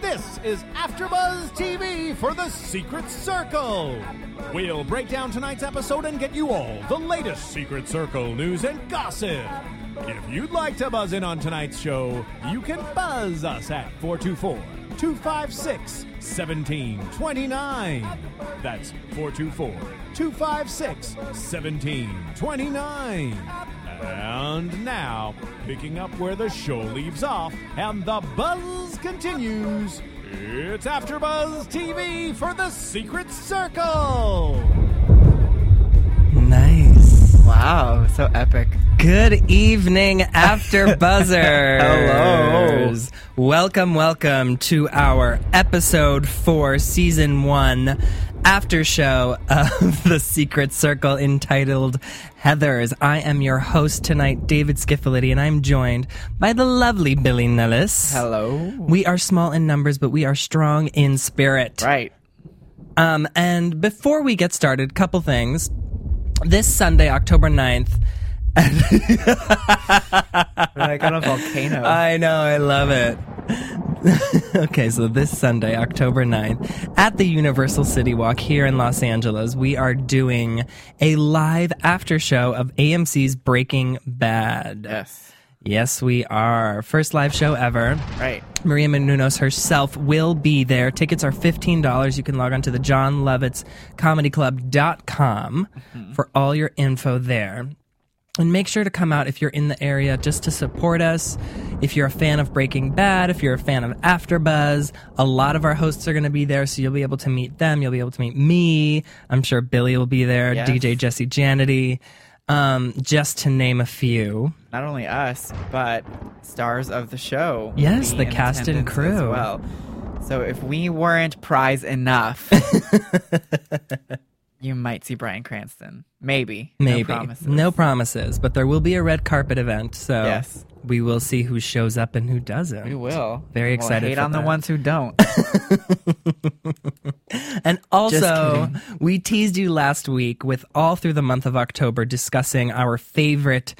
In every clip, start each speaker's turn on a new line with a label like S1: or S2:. S1: this is AfterBuzz TV for the Secret Circle. We'll break down tonight's episode and get you all the latest Secret Circle news and gossip. If you'd like to buzz in on tonight's show, you can buzz us at 424 256 1729. That's 424 256 1729. And now, picking up where the show leaves off and the buzz continues, it's AfterBuzz TV for the Secret Circle.
S2: Nice.
S3: Wow, so epic.
S2: Good evening, After Buzzers. Welcome, welcome to our episode four, season one, after show of The Secret Circle entitled Heathers. I am your host tonight, David Skiffality, and I'm joined by the lovely Billy Nellis.
S3: Hello.
S2: We are small in numbers, but we are strong in spirit.
S3: Right.
S2: Um, and before we get started, couple things. This Sunday, October 9th,
S3: Like on a volcano.
S2: I know, I love it. okay, so this Sunday, October 9th, at the Universal City Walk here in Los Angeles, we are doing a live after show of AMC's Breaking Bad.
S3: yes.
S2: Yes, we are. First live show ever.
S3: Right.
S2: Maria Menounos herself will be there. Tickets are $15. You can log on to the John Lovitz Comedy Club.com for all your info there. And make sure to come out if you're in the area just to support us. If you're a fan of Breaking Bad, if you're a fan of AfterBuzz, a lot of our hosts are going to be there, so you'll be able to meet them. You'll be able to meet me. I'm sure Billy will be there,
S3: Yes.
S2: DJ Jesse Janity, um, just to name a few.
S3: Not only us, but stars of the show. will
S2: Yes,
S3: be
S2: the
S3: in
S2: cast and
S3: attendance
S2: crew.
S3: As well. So if we weren't prize enough, you might see Brian Cranston. Maybe.
S2: Maybe.
S3: No promises.
S2: No promises, but there will be a red carpet event, so
S3: Yes.
S2: we will see who shows up and who doesn't.
S3: We will.
S2: Very
S3: We'll
S2: excited
S3: Hate
S2: for
S3: on the
S2: that.
S3: ones who don't.
S2: And also,
S3: kidding.
S2: we teased you last week with all through the month of October discussing our favorite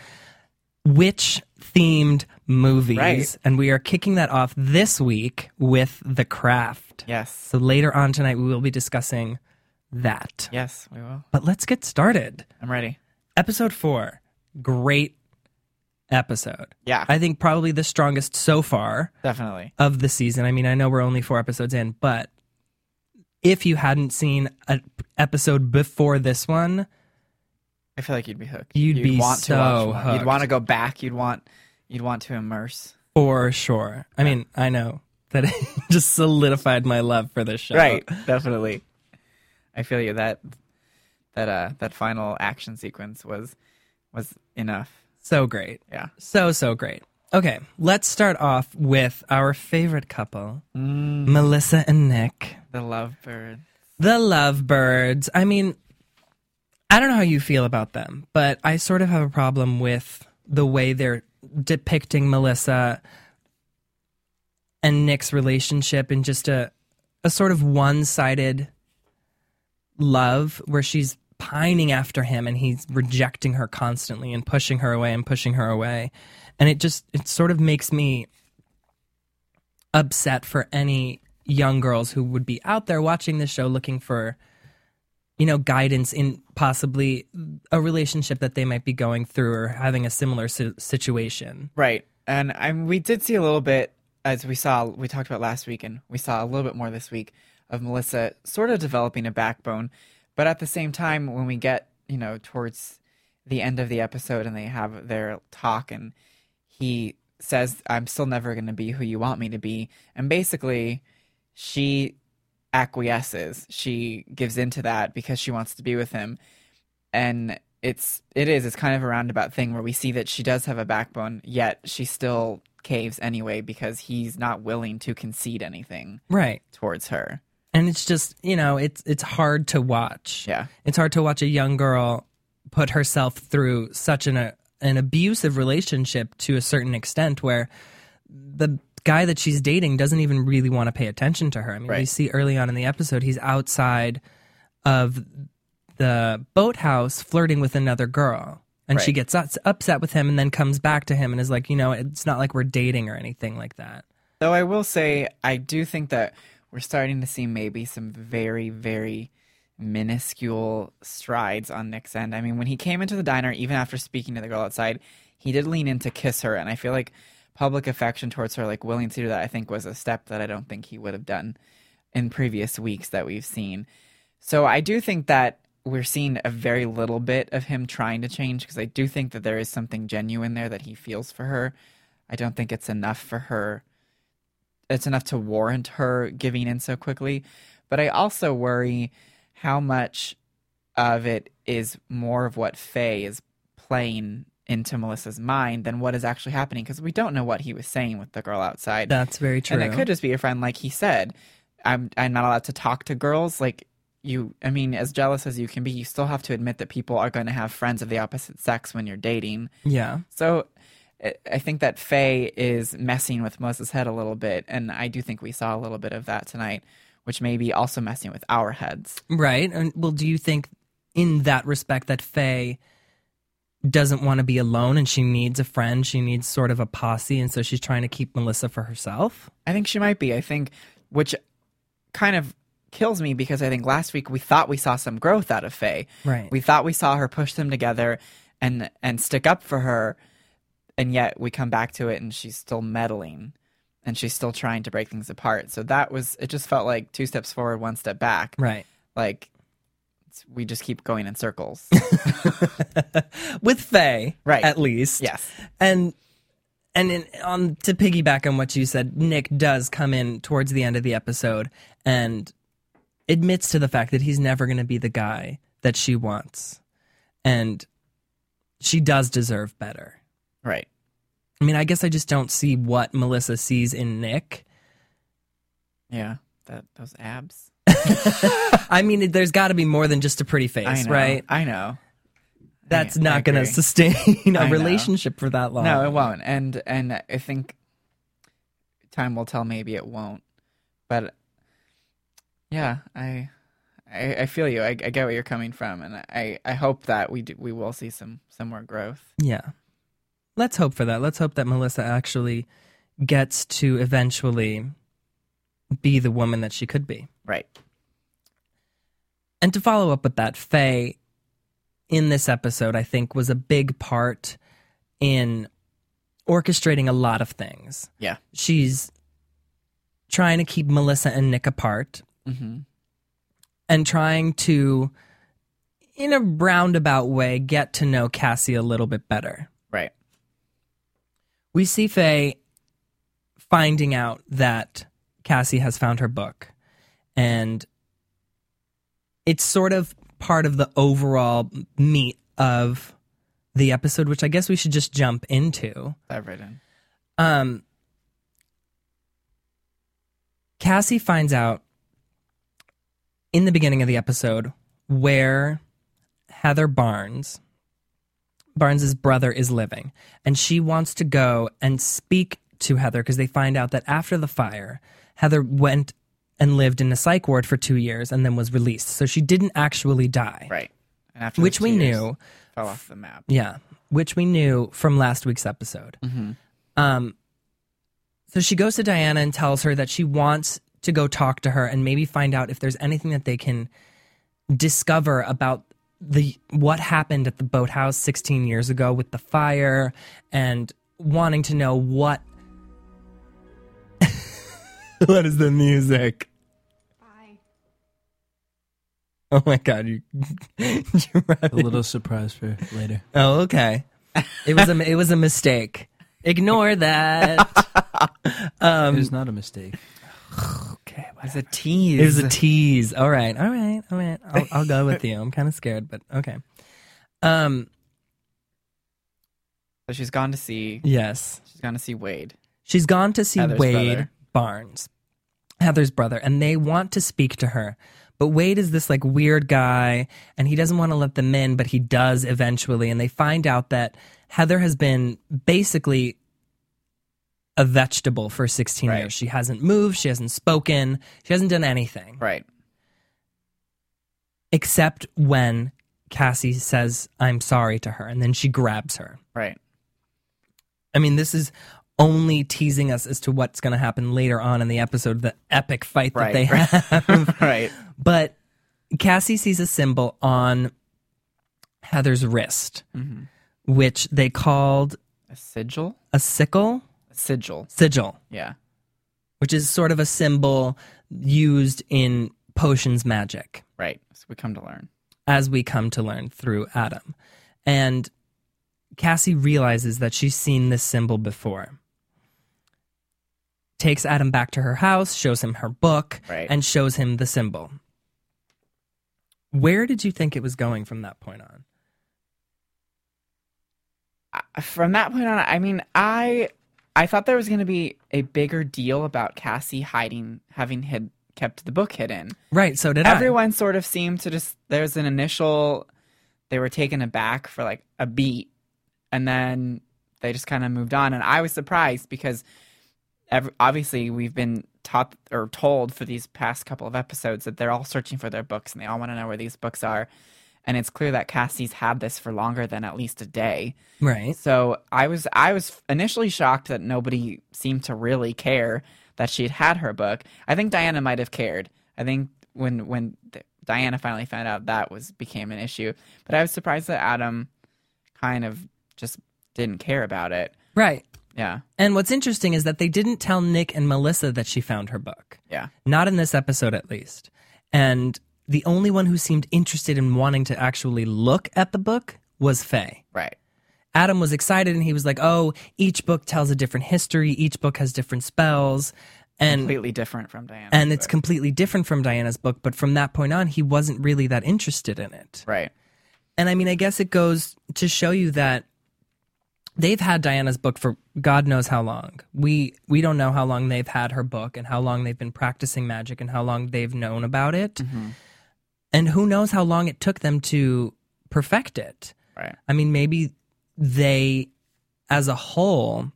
S2: witch themed movies.
S3: Right.
S2: And we are kicking that off this week with The Craft.
S3: yes.
S2: So later on tonight, we will be discussing that.
S3: Yes, we will.
S2: But let's get started.
S3: I'm ready.
S2: Episode four, great episode.
S3: Yeah.
S2: I think probably the strongest so far
S3: Definitely.
S2: of the season. I mean, I know we're only four episodes in, but if you hadn't seen an episode before this one,
S3: I feel like you'd be hooked.
S2: You'd be
S3: want to
S2: so
S3: watch more.
S2: hooked.
S3: You'd want to go back. You'd want you'd want to immerse.
S2: for sure. I mean, I know that it just solidified my love for this show.
S3: definitely. I feel you. That that uh that final action sequence was was enough.
S2: So great.
S3: Yeah.
S2: So, so great. Okay, let's start off with our favorite couple, Melissa and Nick.
S3: The lovebird.
S2: The lovebirds. I mean, I don't know how you feel about them, but I sort of have a problem with the way they're depicting Melissa and Nick's relationship in just a a sort of one-sided love where she's pining after him and he's rejecting her constantly and pushing her away and pushing her away. And it just it sort of makes me upset for any young girls who would be out there watching this show looking for you know guidance in possibly a relationship that they might be going through or having a similar si- situation
S3: Right. And I mean, we did see a little bit as we saw we talked about last week and we saw a little bit more this week of Melissa sort of developing a backbone, but at the same time when we get, you know, towards the end of the episode and they have their talk and he says I'm still never going to be who you want me to be and basically she acquiesces. She gives into that because she wants to be with him. And it's it is it's kind of a roundabout thing where we see that she does have a backbone, yet she still caves anyway because he's not willing to concede anything
S2: Right.
S3: towards her.
S2: and it's just you know it's it's hard to watch
S3: Yeah.
S2: it's hard to watch a young girl put herself through such an a, an abusive relationship to a certain extent where the guy that she's dating doesn't even really want to pay attention to her i mean we
S3: Right.
S2: see early on in the episode he's outside of the boathouse flirting with another girl and she
S3: Right.
S2: gets ups- upset with him and then comes back to him and is like you know it's not like we're dating or anything like that
S3: Though I will say, I do think that we're starting to see maybe some very, very minuscule strides on Nick's end. I mean, when he came into the diner, even after speaking to the girl outside, he did lean in to kiss her, and I feel like public affection towards her, like willing to do that, I think was a step that I don't think he would have done in previous weeks that we've seen. So I do think that we're seeing a very little bit of him trying to change because I do think that there is something genuine there that he feels for her. I don't think it's enough for her it's enough to warrant her giving in so quickly. But I also worry how much of it is more of what Faye is playing into Melissa's mind than what is actually happening because we don't know what he was saying with the girl outside.
S2: that's very true
S3: And it could just be a friend, like he said. I'm I'm not allowed to talk to girls. Like you, I mean, as jealous as you can be, you still have to admit that people are going to have friends of the opposite sex when you're dating.
S2: yeah
S3: So I- I think that Faye is messing with Melissa's head a little bit, and I do think we saw a little bit of that tonight, which may be also messing with our heads.
S2: Right. And well, do you think in that respect that Faye doesn't want to be alone and she needs a friend, she needs sort of a posse, and so she's trying to keep Melissa for herself?
S3: I think she might be. I think, which kind of kills me because I think last week we thought we saw some growth out of Faye.
S2: Right.
S3: We thought we saw her push them together and and stick up for her, and yet we come back to it and she's still meddling, and she's still trying to break things apart. So that was it. Just felt like two steps forward, one step back.
S2: Right.
S3: like it's- we just keep going in circles.
S2: With Faye,
S3: Right.
S2: at least.
S3: yes.
S2: And and in, on to piggyback on what you said, Nick does come in towards the end of the episode and admits to the fact that he's never going to be the guy that she wants. And she does deserve better.
S3: Right.
S2: I mean, I guess I just don't see what Melissa sees in Nick.
S3: Yeah. That those abs.
S2: I mean, there's got to be more than just a pretty
S3: I
S2: face,
S3: know.
S2: right?
S3: I know.
S2: That's
S3: I- I
S2: not going to
S3: agree.
S2: sustain
S3: I
S2: a
S3: know.
S2: relationship for that long.
S3: No, it won't. And and I think time will tell maybe it won't. But yeah, I I, I feel you. I, I get where you're coming from and I, I hope that we do, we will see some some more growth.
S2: Yeah. Let's hope for that. Let's hope that Melissa actually gets to eventually be the woman that she could be.
S3: Right.
S2: And to follow up with that, Faye in this episode, I think, was a big part in orchestrating a lot of things.
S3: Yeah.
S2: She's trying to keep Melissa and Nick apart
S3: Mm-hmm.
S2: and trying to, in a roundabout way, get to know Cassie a little bit better.
S3: Right.
S2: We see Faye finding out that Cassie has found her book, and it's sort of part of the overall meat of the episode, which I guess we should just jump into.
S3: Dive right in.
S2: Um, Cassie finds out in the beginning of the episode where Heather Barnes, Barnes's brother, is living, and she wants to go and speak to Heather because they find out that after the fire, Heather went and lived in a psych ward for two years and then was released. So she didn't actually die,
S3: Right. And after
S2: which
S3: those
S2: we
S3: two years,
S2: knew.
S3: fell off the map.
S2: Yeah, which we knew from last week's episode. Um, so she goes to Diana and tells her that she wants to go talk to her and maybe find out if there's anything that they can discover about the what happened at the boathouse 16 years ago with the fire and wanting to know what what is the music
S4: Bye.
S2: oh my god you, you
S5: A little surprise for later.
S2: Oh, okay. It was a it was a mistake. Ignore that.
S5: it was not a mistake.
S2: okay.
S3: It's a tease.
S2: It was a tease. All right. All right. All right. I'll, I'll go with you. I'm kind of scared, but okay. Um.
S3: so she's gone to see
S2: Yes.
S3: she's gone to see Wade.
S2: She's gone to see
S3: Heather's
S2: Wade
S3: brother.
S2: Barnes, Heather's brother, and they want to speak to her. But Wade is this like weird guy, and he doesn't want to let them in, but he does eventually. And they find out that Heather has been basically a vegetable for 16
S3: Right.
S2: years. She hasn't moved, she hasn't spoken, she hasn't done anything
S3: Right.
S2: except when Cassie says, I'm sorry to her, and then she grabs her.
S3: Right.
S2: I mean, this is only teasing us as to what's going to happen later on in the episode, the epic fight that
S3: Right,
S2: they
S3: right.
S2: have.
S3: Right.
S2: but Cassie sees a symbol on Heather's wrist,
S3: Mm-hmm.
S2: which they called
S3: A sigil?
S2: a sickle
S3: A sigil.
S2: sigil,
S3: Yeah.
S2: which is sort of a symbol used in potions magic.
S3: Right. So we come to learn.
S2: as we come to learn through Adam. And Cassie realizes that she's seen this symbol before. Takes Adam back to her house, shows him her book,
S3: Right.
S2: and shows him the symbol. Where did you think it was going from that point on?
S3: I- Uh, From that point on, I mean, I I thought there was going to be a bigger deal about Cassie hiding, having hid, kept the book hidden.
S2: Right, so did I.
S3: Everyone sort of seemed to just there's an initial they were taken aback for like a beat and then they just kind of moved on and I was surprised because ev obviously we've been taught or told for these past couple of episodes that they're all searching for their books and they all want to know where these books are and it's clear that Cassie's had this for longer than at least a day.
S2: Right.
S3: So I was I was initially shocked that nobody seemed to really care that she'd had her book. I think Diana might have cared. I think when when th- Diana finally found out that was became an issue, but I was surprised that Adam kind of just didn't care about it.
S2: Right.
S3: Yeah,
S2: And what's interesting is that they didn't tell Nick and Melissa that she found her book.
S3: yeah,
S2: Not in this episode, at least. And the only one who seemed interested in wanting to actually look at the book was Faye.
S3: right,
S2: Adam was excited and he was like, "Oh, each book tells a different history. Each book has different spells, and
S3: completely different from Diana.
S2: Mm. and it's completely different from Diana's book." But from that point on, he wasn't really that interested in it.
S3: right,
S2: And I mean, I guess it goes to show you that they've had Diana's book for God knows how long. We we don't know how long they've had her book and how long they've been practicing magic and how long they've known about it, and who knows how long it took them to perfect it.
S3: right,
S2: I mean, maybe they as a whole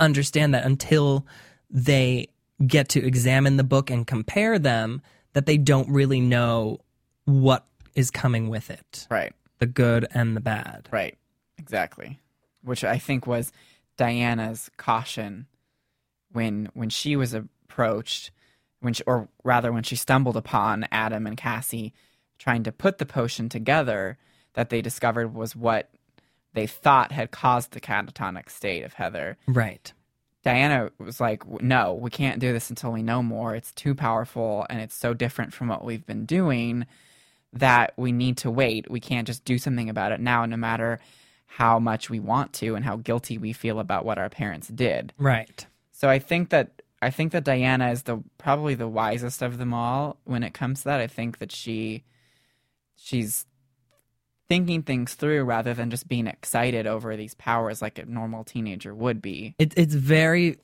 S2: understand that until they get to examine the book and compare them, that they don't really know what is coming with it
S3: right,
S2: the good and the bad.
S3: right, exactly. Which I think was Diana's caution when when she was approached when she, or rather when she stumbled upon Adam and Cassie trying to put the potion together that they discovered was what they thought had caused the catatonic state of Heather.
S2: Right.
S3: Diana was like, "W- "No, we can't do this until we know more. It's too powerful and it's so different from what we've been doing that we need to wait. We can't just do something about it now no matter how much we want to and how guilty we feel about what our parents did."
S2: Right.
S3: So I think that I think that Diana is the probably the wisest of them all when it comes to that. I think that she she's thinking things through rather than just being excited over these powers like a normal teenager would be.
S2: It, it's very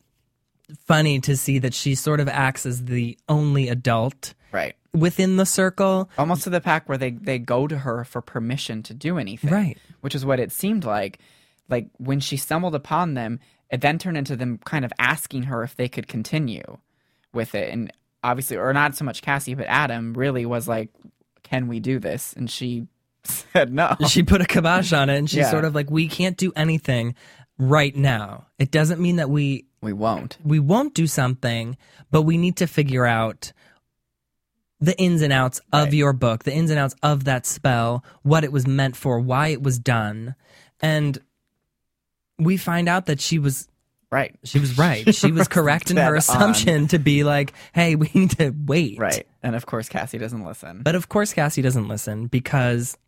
S2: funny to see that she sort of acts as the only adult
S3: Right.
S2: within the circle.
S3: Almost to the pack where they they go to her for permission to do anything.
S2: Right.
S3: Which is what it seemed like. Like when she stumbled upon them, it then turned into them kind of asking her if they could continue with it. And obviously or not so much Cassie, but Adam really was like, Can we do this? And she said no.
S2: she put a kibosh on it and she's
S3: Yeah.
S2: sort of like we can't do anything right now it doesn't mean that we
S3: We won't.
S2: we won't do something but we need to figure out the ins and outs of your book the ins and outs of that spell what it was meant for why it was done and we find out that she was
S3: Right.
S2: she was right she was correct in
S3: Dead
S2: her
S3: on.
S2: assumption to be like hey we need to wait
S3: Right. And of course Cassie doesn't listen.
S2: but of course, Cassie doesn't listen because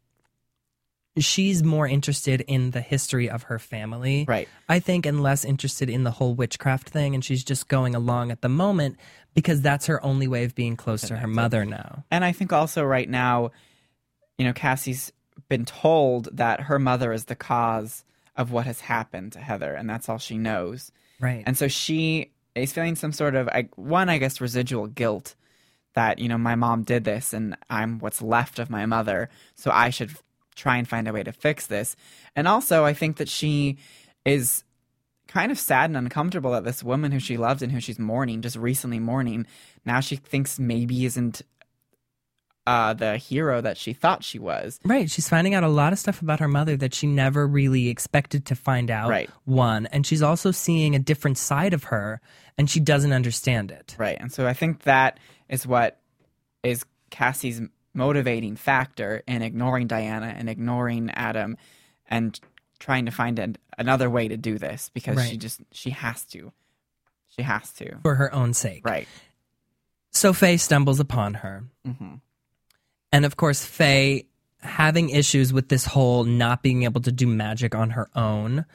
S2: she's more interested in the history of her family.
S3: Right.
S2: I think, and less interested in the whole witchcraft thing. And she's just going along at the moment because that's her only way of being close to her mother now.
S3: And I think also right now, you know, Cassie's been told that her mother is the cause of what has happened to Heather, and that's all she knows.
S2: Right.
S3: And so she is feeling some sort of I, one, I guess, residual guilt that you know my mom did this and I'm what's left of my mother, so I should f- try and find a way to fix this. And also, I think that she is kind of sad and uncomfortable that this woman who she loved and who she's mourning, just recently mourning, now she thinks maybe isn't uh, the hero that she thought she was.
S2: Right. She's finding out a lot of stuff about her mother that she never really expected to find out.
S3: Right.
S2: One. And she's also seeing a different side of her and she doesn't understand it.
S3: Right. And so I think that is what is Cassie's motivating factor in ignoring Diana and ignoring Adam and trying to find an, another way to do this because she
S2: Right.
S3: just she has to. She has to.
S2: For her own sake.
S3: Right.
S2: So Faye stumbles upon her.
S3: Mhm.
S2: And of course, Faye, having issues with this whole not being able to do magic on her own,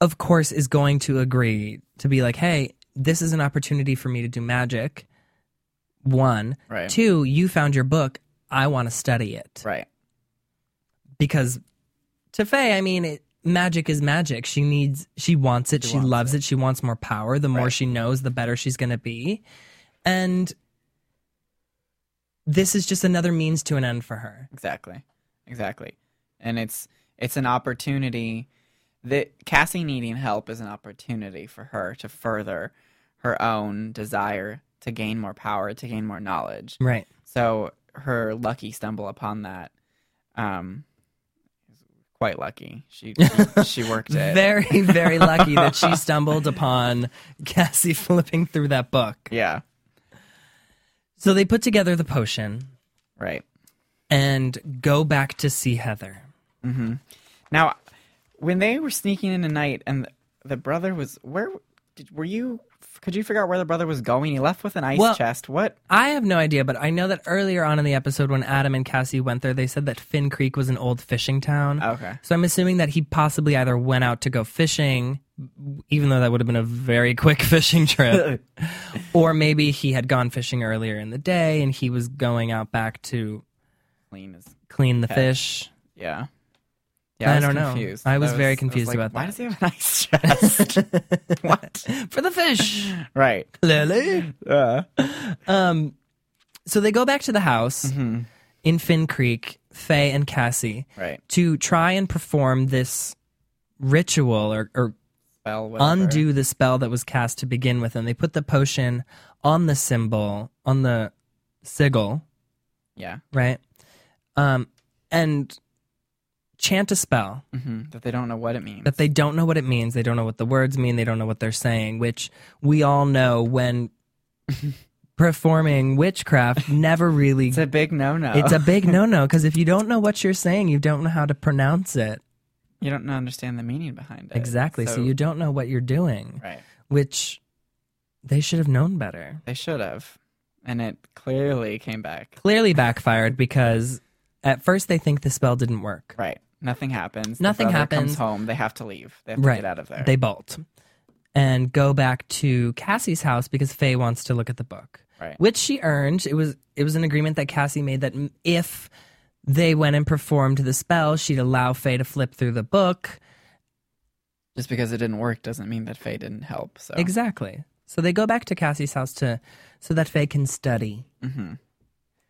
S2: of course, is going to agree to be like, hey, this is an opportunity for me to do magic. One.
S3: Right.
S2: Two, you found your book. I want to study it.
S3: Right.
S2: Because to Faye, I mean, it, magic is magic. She needs, she wants it. She, loves it. She wants more power. The more
S3: Right.
S2: she knows, the better she's going to be. And this is just another means to an end for her.
S3: Exactly. Exactly. And it's it's an opportunity that Cassie needing help is an opportunity for her to further her own desire to gain more power, to gain more knowledge.
S2: Right.
S3: So her lucky stumble upon that um is quite lucky. She she, she worked it.
S2: Very, very lucky that she stumbled upon Cassie flipping through that book.
S3: yeah.
S2: So they put together the potion
S3: Right.
S2: and go back to see Heather.
S3: Now when they were sneaking in at night and the, the brother was where did, were you could you figure out where the brother was going? He left with an ice
S2: Well-
S3: chest. What?
S2: I have no idea, but I know that earlier on in the episode when Adam and Cassie went there, they said that Finn Creek was an old fishing town.
S3: Okay.
S2: So I'm assuming that he possibly either went out to go fishing, even though that would have been a very quick fishing trip, or maybe he had gone fishing earlier in the day and he was going out back to
S3: Clean is
S2: clean the fish.
S3: Yeah.
S2: I don't know. I was very confused about
S3: why
S2: that.
S3: does he have an ice chest? what?
S2: For the fish.
S3: Right.
S2: Clearly.
S3: Uh,
S2: Um, so they go back to the house in Finn Creek, Faye and Cassie.
S3: right.
S2: to try and perform this ritual or, or
S3: Well, whatever.
S2: undo the spell that was cast to begin with. And they put the potion on the symbol, on the sigil,
S3: Yeah.
S2: right? Um, and chant a spell
S3: hmm That they don't know what it means.
S2: that they don't know what it means. They don't know what the words mean. They don't know what they're saying, which we all know when performing witchcraft never really.
S3: it's a big no-no.
S2: it's a big no no because if you don't know what you're saying, you don't know how to pronounce it.
S3: you don't understand the meaning behind it.
S2: Exactly. So, you don't know what you're doing,
S3: Right.
S2: which they should have known better.
S3: They should have, and it clearly came back.
S2: Clearly backfired because at first they think the spell didn't work.
S3: Right. Nothing happens. The
S2: Nothing
S3: brother
S2: happens.
S3: Comes home. They have to leave. They have to get out of there.
S2: They bolt and go back to Cassie's house because Faye wants to look at the book,
S3: Right.
S2: which she earned. It was it was an agreement that Cassie made that m- if they went and performed the spell, she'd allow Faye to flip through the book.
S3: Just because it didn't work doesn't mean that Faye didn't help. So
S2: Exactly. So they go back to Cassie's house to so that Faye can study.
S3: Mhm.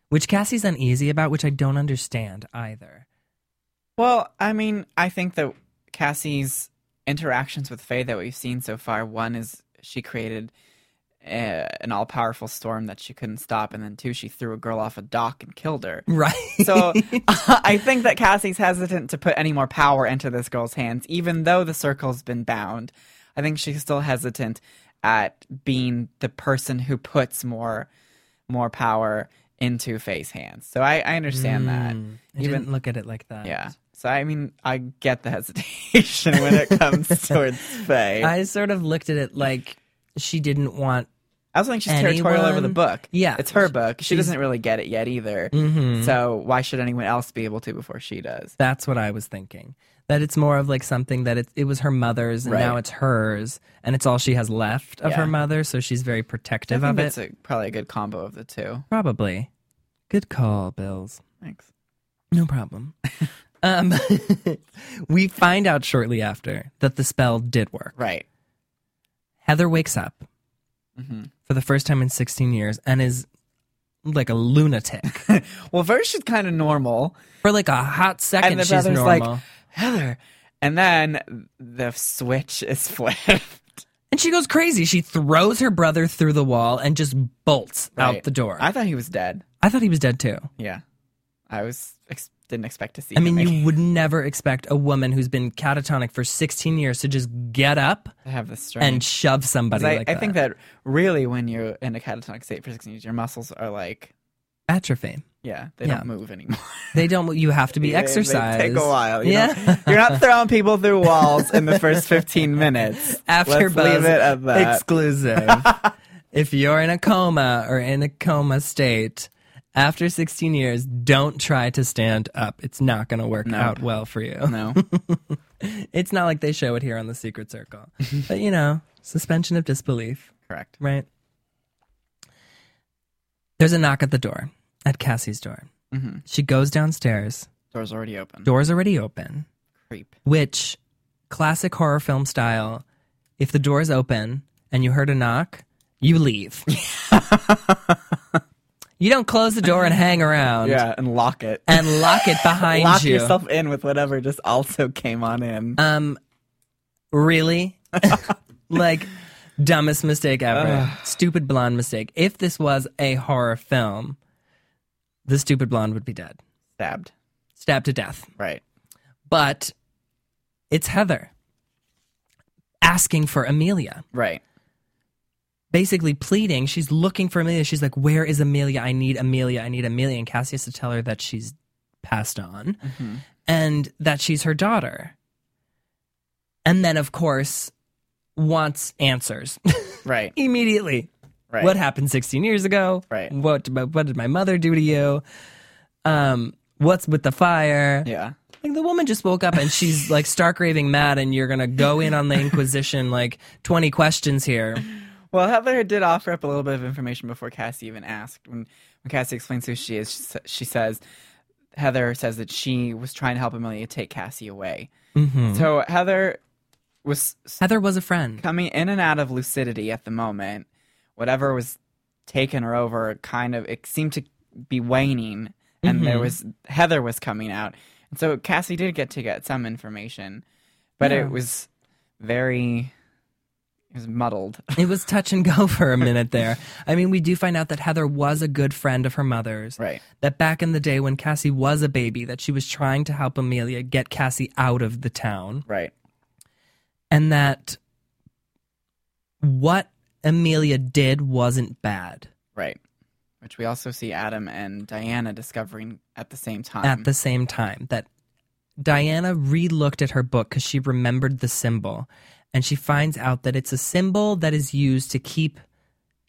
S2: Which Cassie's uneasy about, which I don't understand either.
S3: Well, I mean, I think that Cassie's interactions with Faye that we've seen so far one is she created uh, an all powerful storm that she couldn't stop, and then two, she threw a girl off a dock and killed her.
S2: Right.
S3: So I think that Cassie's hesitant to put any more power into this girl's hands, even though the circle's been bound. I think she's still hesitant at being the person who puts more more power into Faye's hands. So I, I understand that.
S2: I didn't look at it like that.
S3: Yeah. So I mean, I get the hesitation when it comes towards Faye. I,
S2: I sort of looked at it like she didn't want.
S3: also think she's territorial over the
S2: anyone-
S3: book.
S2: Yeah.
S3: it's her book. She
S2: She's- Mm-hmm.
S3: doesn't really get it yet either. So why should anyone else be able to before she does?
S2: That's what I was thinking. That it's more of like something that it, it was her mother's and
S3: Right.
S2: now it's hers and it's all she has left of
S3: Yeah.
S2: her mother. So she's very protective
S3: I think
S2: of it.
S3: that's a, probably a good combo of the two.
S2: Probably. Good call, Bills.
S3: Thanks.
S2: No problem. Um, we find out shortly after that the spell did work.
S3: Right.
S2: Heather wakes up
S3: Mm-hmm.
S2: for the first time in 16 years and is like a lunatic.
S3: Well, first she's kind of normal,
S2: for like a hot second,
S3: and the
S2: she's
S3: brother's
S2: normal.
S3: like Heather, and then the switch is flipped.
S2: and she goes crazy. She throws her brother through the wall and just bolts out
S3: Right.
S2: the door.
S3: I thought he was dead.
S2: I thought he was dead too.
S3: Yeah, I was ex- didn't expect to see.
S2: I mean,
S3: him
S2: you would never expect a woman who's been catatonic for 16 years to just get up
S3: have the strength.
S2: and shove somebody
S3: 'Cause I,
S2: like
S3: I
S2: that.
S3: think that really when you're in a catatonic state for 16 years, your muscles are like,
S2: atrophy.
S3: yeah, they
S2: Yeah.
S3: don't move anymore.
S2: They don't. You have to be
S3: They- they
S2: exercised.
S3: take a while. You
S2: yeah.
S3: yeah. you're not throwing people through walls in the first 15 minutes.
S2: After
S3: Let's
S2: Buzz
S3: leave it at that.
S2: exclusive. if you're in a coma or in a coma state after 16 years, don't try to stand up. It's not going to work out well for you.
S3: no.
S2: It's not like they show it here on the Secret Circle, but you know, suspension of disbelief,
S3: Correct.
S2: right? There's a knock at the door, at Cassie's door.
S3: Mm-hmm.
S2: She goes downstairs.
S3: Door's already open.
S2: Door's already open.
S3: Creep.
S2: which classic horror film style if the door is open and you heard a knock you leave you don't close the door and hang around
S3: Yeah, and lock it.
S2: and lock it behind
S3: lock
S2: you
S3: yourself in with whatever just also came on in.
S2: um really like dumbest mistake ever stupid blonde mistake if this was a horror film the stupid blonde would be dead
S3: Stabbed.
S2: stabbed to death
S3: Right.
S2: but it's heather asking for amelia
S3: Right.
S2: basically pleading. She's looking for Amelia. She's like, Where is Amelia? I need Amelia. I need Amelia. And Cassie has to tell her that she's passed on
S3: Mm-hmm.
S2: and that she's her daughter. And then, of course, wants answers
S3: Right.
S2: immediately.
S3: Right.
S2: What happened 16 years ago?
S3: Right.
S2: What, what did my mother do to you? Um, what's with the fire?
S3: Yeah.
S2: Like the woman just woke up and she's like stark raving mad, and you're gonna go in on the Inquisition like 20 questions here.
S3: Well, Heather did offer up a little bit of information before Cassie even asked. When, when Cassie explains who she is, she, sa- she says, Heather says that she was trying to help Amelia take Cassie away.
S2: Mm-hmm.
S3: So Heather was s-
S2: Heather was a friend.
S3: coming in and out of lucidity at the moment. Whatever was taking her over kind of, it seemed to be waning. And
S2: Mm-hmm.
S3: there was, Heather was coming out. And so Cassie did get to get some information, but
S2: Yeah.
S3: it was very, it was muddled.
S2: It was touch and go for a minute there. I mean, we do find out that Heather was a good friend of her mother's.
S3: Right.
S2: That back in the day when Cassie was a baby, that she was trying to help Amelia get Cassie out of the town.
S3: Right.
S2: And that what Amelia did wasn't bad
S3: Right. Which we also see Adam and Diana discovering at the same time.
S2: at the same time. That Diana re looked at her book because she remembered the symbol. And she finds out that it's a symbol that is used to keep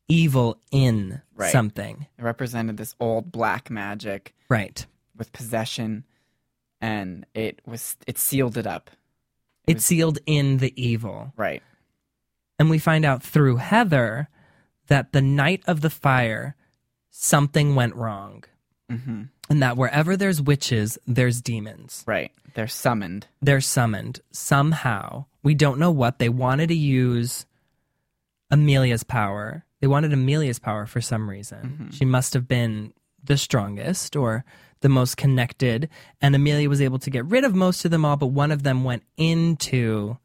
S2: evil in
S3: Right.
S2: something.
S3: it represented this old black magic
S2: Right.
S3: with possession and it was it sealed it up.
S2: It sealed in the evil.
S3: Right.
S2: And we find out through Heather that the night of the fire, something went wrong.
S3: hmm
S2: And that wherever there's witches, there's demons.
S3: Right. They're summoned.
S2: They're summoned somehow. We don't know what. They wanted to use Amelia's power. They wanted Amelia's power for some reason. She must have been the strongest or the most connected. And Amelia was able to get rid of most of them all, but one of them went into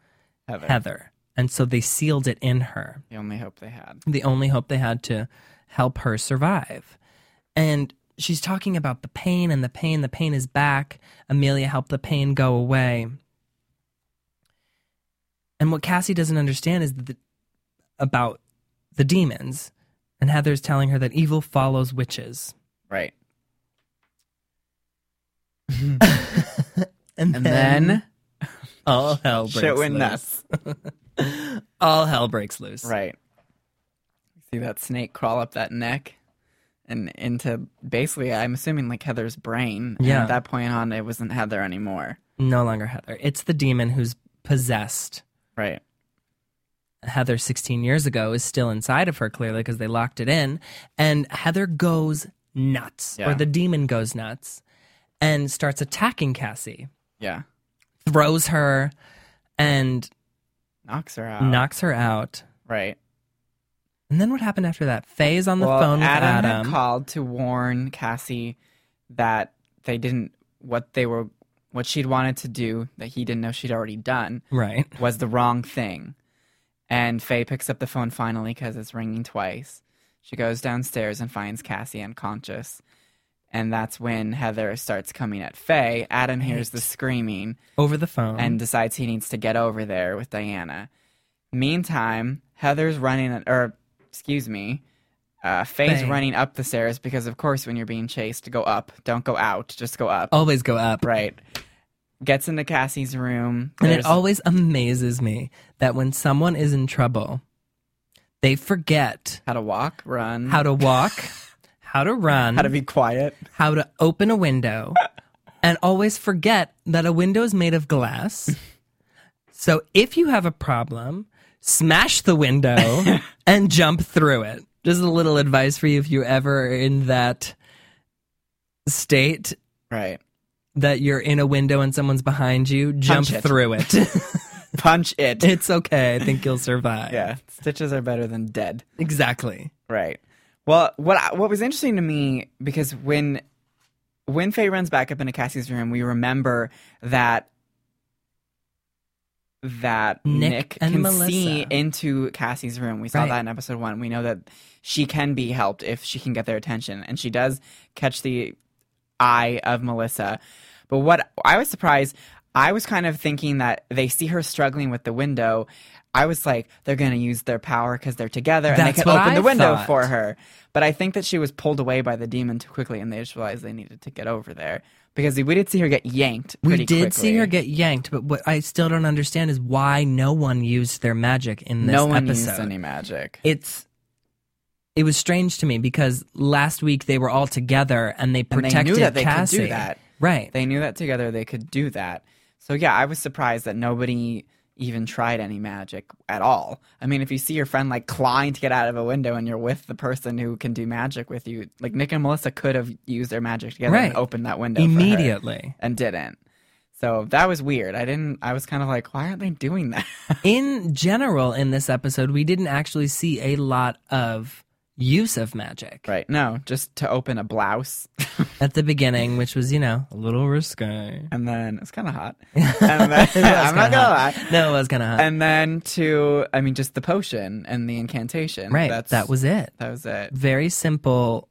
S3: Heather.
S2: Heather. And so they sealed it in her.
S3: The only hope they had.
S2: The only hope they had to help her survive. And she's talking about the pain and the pain. The pain is back. Amelia helped the pain go away. And what Cassie doesn't understand is that the, about the demons. And Heather's telling her that evil follows witches.
S3: Right.
S2: And,
S3: And then,
S2: all hell breaks
S3: shit went
S2: loose.
S3: nuts.
S2: All hell breaks loose.
S3: Right. See that snake crawl up that neck and into basically I'm assuming like Heather's brain. And
S2: Yeah.
S3: at that point on it wasn't Heather anymore.
S2: No longer Heather. It's the demon who's possessed
S3: Right.
S2: Heather 16 years ago is still inside of her, clearly, because they locked it in. And Heather goes nuts,
S3: Yeah.
S2: or the demon goes nuts, and starts attacking Cassie.
S3: Yeah.
S2: throws her, and
S3: Knocks her out.
S2: knocks her out.
S3: Right.
S2: And then what happened after that? Faye's on the
S3: well,
S2: phone with
S3: Adam,
S2: Adam.
S3: had called to warn Cassie that they didn't what they were what she'd wanted to do that he didn't know she'd already done
S2: Right.
S3: was the wrong thing. And Faye picks up the phone finally because it's ringing twice. She goes downstairs and finds Cassie unconscious. And that's when Heather starts coming at Faye. Adam hears the screaming
S2: Over the phone.
S3: and decides he needs to get over there with Diana. Meantime, Heather's running, or excuse me, uh, Faye's
S2: Faye.
S3: running up the stairs because, of course, when you're being chased, go up. Don't go out. Just go up.
S2: always go up.
S3: Right. Gets into Cassie's room.
S2: And it
S3: There's-
S2: always amazes me that when someone is in trouble, they forget
S3: how to walk, run,
S2: how to walk, how to run,
S3: how to be quiet.
S2: how to open a window, and always forget that a window is made of glass. So if you have a problem, smash the window and jump through it. Just a little advice for you if you ever are in that state
S3: Right.
S2: that you're in a window and someone's behind you, jump
S3: Punch it.
S2: through it.
S3: Punch it.
S2: it's okay. I think you'll survive.
S3: yeah. Stitches are better than dead.
S2: Exactly.
S3: Right. Well, what I, what was interesting to me because when when Faye runs back up into Cassie's room, we remember that that
S2: Nick
S3: Nick,
S2: and
S3: can
S2: Melissa.
S3: see into Cassie's room. We saw
S2: Right.
S3: that in episode one. We know that she can be helped if she can get their attention, and she does catch the eye of Melissa. But what I was surprised, I was kind of thinking that they see her struggling with the window. I was like, they're going to use their power because they're together and they
S2: That's
S3: can
S2: what
S3: open
S2: I
S3: the window
S2: thought.
S3: for her. But I think that she was pulled away by the demon too quickly and they just realized they needed to get over there because we did see her get yanked.
S2: We
S3: pretty
S2: did see
S3: quickly.
S2: her get yanked, but what I still don't understand is why no one used their magic in this
S3: No one
S2: episode.
S3: used any magic.
S2: It's it was strange to me because last week they were all together and they
S3: And they knew
S2: protected
S3: that they could do
S2: Cassie.
S3: that.
S2: Right.
S3: They knew that together they could do that. So yeah, I was surprised that nobody even tried any magic at all. I mean, if you see your friend like clawing to get out of a window and you're with the person who can do magic with you, like Nick and Melissa could have used their magic together
S2: Right.
S3: and opened that window for her
S2: Immediately.
S3: and didn't. So that was weird. I didn't. I was kind of like, why aren't they doing that?
S2: In general, in this episode, we didn't actually see a lot of use of magic
S3: right? No, just to open a blouse
S2: at the beginning, which was, you know, a little risque.
S3: and then it's kind of hot. And then, I'm not
S2: kinda
S3: gonna
S2: hot.
S3: lie.
S2: No, it was kind of hot.
S3: And then to, I mean, just the potion and the incantation.
S2: right.
S3: That's,
S2: that was it.
S3: that was it.
S2: very simple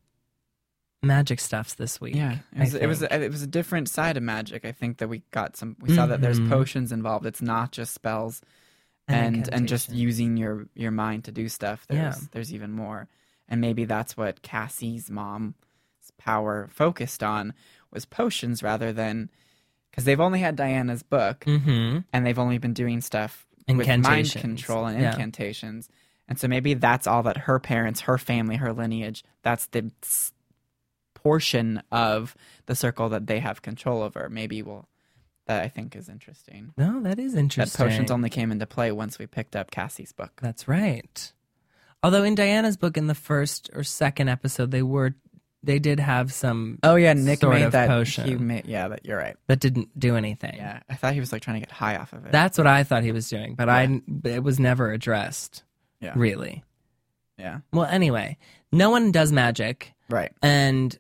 S2: magic stuffs this week.
S3: Yeah, it
S2: I
S3: was, it was
S2: think.
S3: a, it was a different side of magic. I think that we got some. We saw that there's potions involved. It's not just spells
S2: Mm-hmm. And
S3: and and, just
S2: incantations.
S3: using your your mind to do stuff.
S2: Yeah.
S3: There's there's even more, and maybe that's what Cassie's mom's power focused on was potions rather than because they've only had Diana's book
S2: Mhm.
S3: and they've only been doing stuff with mind
S2: Incantations,
S3: control and
S2: yeah.
S3: incantations. And so maybe that's all that her parents, her family, her lineage, that's the s- portion of the circle that they have control over. Maybe we'll, that I think is interesting.
S2: Mm-hmm. No, that is
S3: That
S2: interesting.
S3: potions only came into play once we picked up Cassie's book.
S2: That's right. Although in Diana's book, in the first or second episode, they were they did have some.
S3: Oh yeah, Nick
S2: sort
S3: made
S2: of
S3: that.
S2: potion
S3: He made, yeah, that you're right.
S2: that didn't do anything.
S3: Yeah, I thought he was like trying to get high off of it.
S2: That's what I thought he was doing, but I it was never addressed
S3: yeah,
S2: really.
S3: yeah,
S2: Well, anyway, no one does magic,
S3: right,
S2: and